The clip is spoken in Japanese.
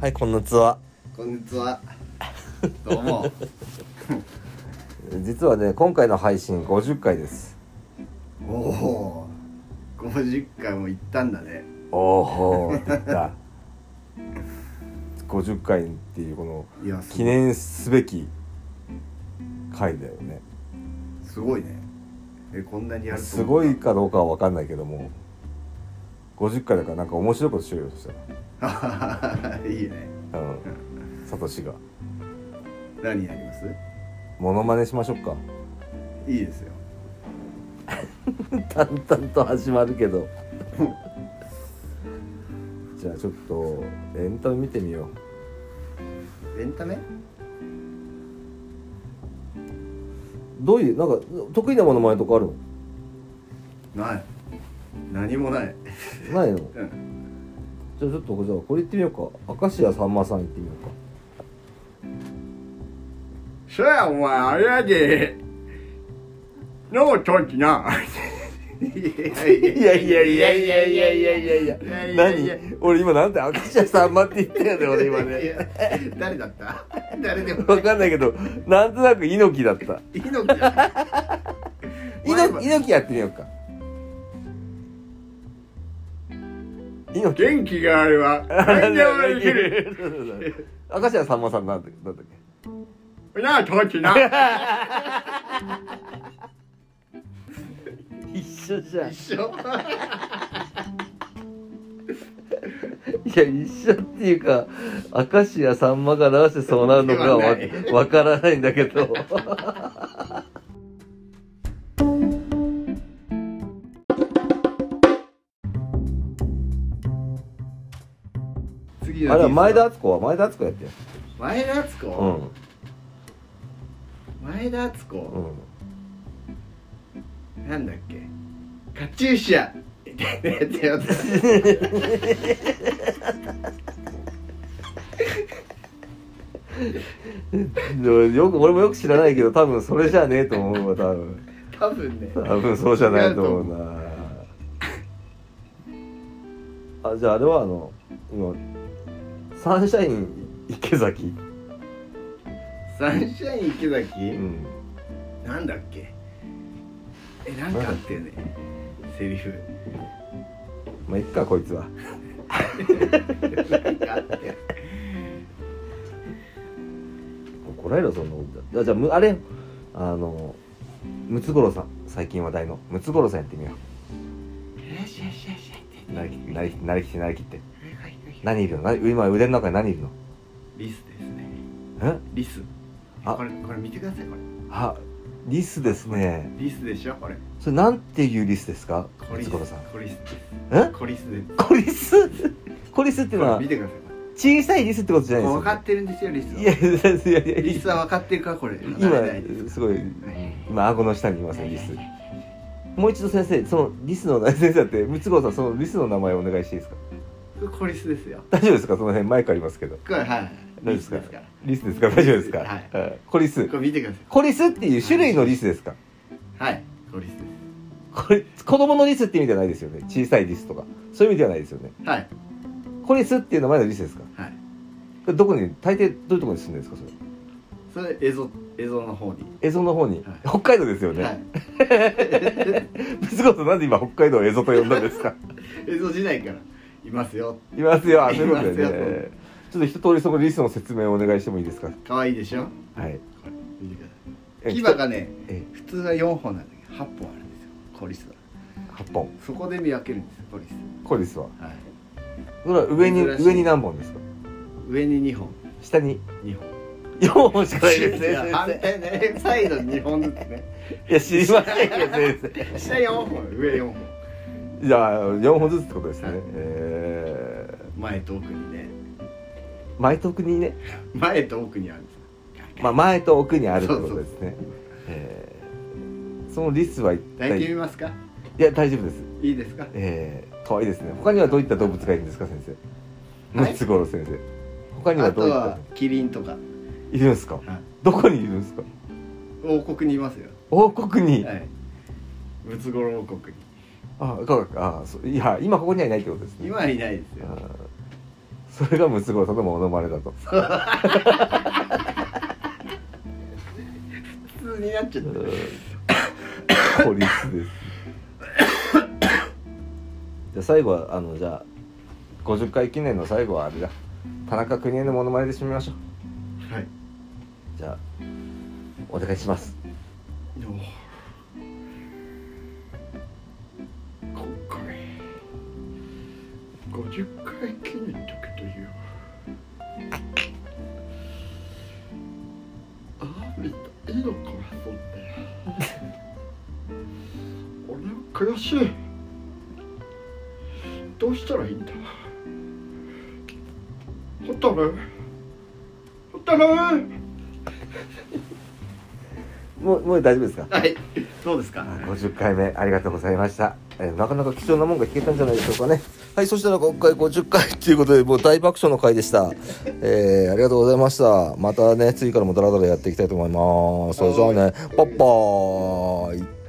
はいこんなつはこんにち は。どうも。実はね今回の配信50回ですおお。五十回も行ったんだね。おおって言った50回っていうこのいや、す記念すべき回だよねすごいね。え、こんなにやるとす思ご。うないかどうかは分かんないけども50回だからなんか面白いことしようよそした いいね。らうんサトシが何やります。モノマネしましょうかいいですよ。淡々と始まるけどじゃあちょっとエンタメ見てみようエンタメ。どういうなんか得意なものまねとかあるのない。何もない。ないのうん。じゃあちょっとじゃあこれ行ってみようか明石家さんまさん行ってみようかそや、お前、あれやで。の、ちょんちな。いいやいやいやいやいやいやいやいや何俺今なんて明石家さんまって言ったよね俺今いねや誰だった誰でもない分かんないけどなんとなく猪木だった猪木じゃない猪木猪木やってみようか猪木元気があれば何でもできる明石家さんまさんなんだっけなんだっけなあトチな一緒じゃんい一緒や一緒っていうか明石家さんまがなぜそうなるのかはわではわからないんだけど次あれは前田だ敦子は前田敦子やってよ前田敦う子、ん前田敦う子、んなんだっけカチューシャみたいなやつやったでもよく俺もよく知らないけど多分それじゃねえと思うわ多分 多分ね多分そうじゃないと思うなあじゃああれはあの今サンシャイン池崎サンシャイン池崎、うんなんだっけえなんかあったよねセリフまあいっかこいつはなんかあったよ怒られろそんなことじゃあむあれあのムツゴロウさん最近話題のムツゴロウさんやってみよよしよしよしうなりきなりきなりきってなりきってはいはいはい何いるのな今腕の中に何いるのリスですねえリスあこれこれ見てくださいこれあリスですねリスでしょこれそれなんていうリスですかコリムスツゴロウさんコリスですえコリスですコリス コリスっていうのこれは見てください小さいリスってことじゃないですこれ分よかってるんですよリスはいやいやいやリスは分かってるからこれ離れないです今すごいはい今顎の下にいますねリスもう一度先生そのリスの先生だってムツゴロウさんそのリスの名前をお願いしていいですかコリスですよ大丈夫ですかその辺マイクありますけどこれはい大丈夫リでスすかですからリスですか大丈夫ですか、はいうんコリスこれ見てくださコリスっていう種類のリスですかいはいコリスですこれ子供のリスって意味ではないですよね小さいリスとかそういう意味ではないですよねはいコリスっていう名前のリスですかはいこれどこに大抵どういうところに住んでるんですかそれそれ映像映像の方に蝦夷の方に、はい北海道ですよはねい 別こそなんで今北海道を蝦夷と呼んだんですか映像時代からいますよいます よあそういうこといでますよねちょっと一通りそのリスの説明をお願いしてもいいですか可愛いでしょはいこれ見てくださえい牙がねえ普通は4本なんだけど8本あるんですよコリスは8本そこで見分けるんですよコリスコリスははいそれは上に珍しい上に何本ですか上に2本下に2本4本しかないですねいや反先対ねサイド2本ずつね生いや知りませんけど先下4本上4本生じゃあ4本ずつってことですね、はいえ前と奥にねー、前と奥にね、前と奥にあるんですよまあ、前と奥にあるってことですねえーそのリスは一抱いてみ体ますかいや大丈夫ですいいですかえー、可愛いですね他にはどういった動物がいるんですか先生ムはいツゴロウ先生他にはあどとういったはキリンとかいるんですかはいどこにいるんですか王国にいますよ王国に、はいムツゴロウ王国にあかあそういや今ここにはいないってことですね今はいないですよあーそれがムツゴロウさんのモノマネだと普通になっちゃっ ポリスですじゃあ最後はあのじゃあ50回記念の最後はあれだ田中邦衛のモノマネで締めましょうたはいじゃあお願いしますでも今回50回記念の時というああみたいいのかそんな俺は悔しいどうしたらいいんだホタルホタルもうもう大丈夫ですかはいどうですか50回目ありがとうございました、えーなかなか貴重なもんが聞けたんじゃないでしょうかねはいそしたら今回50回ということでもう大爆笑の回でした、えーありがとうございましたまたね次からもダラダラやっていきたいと思いますそれじゃあねパッパーイ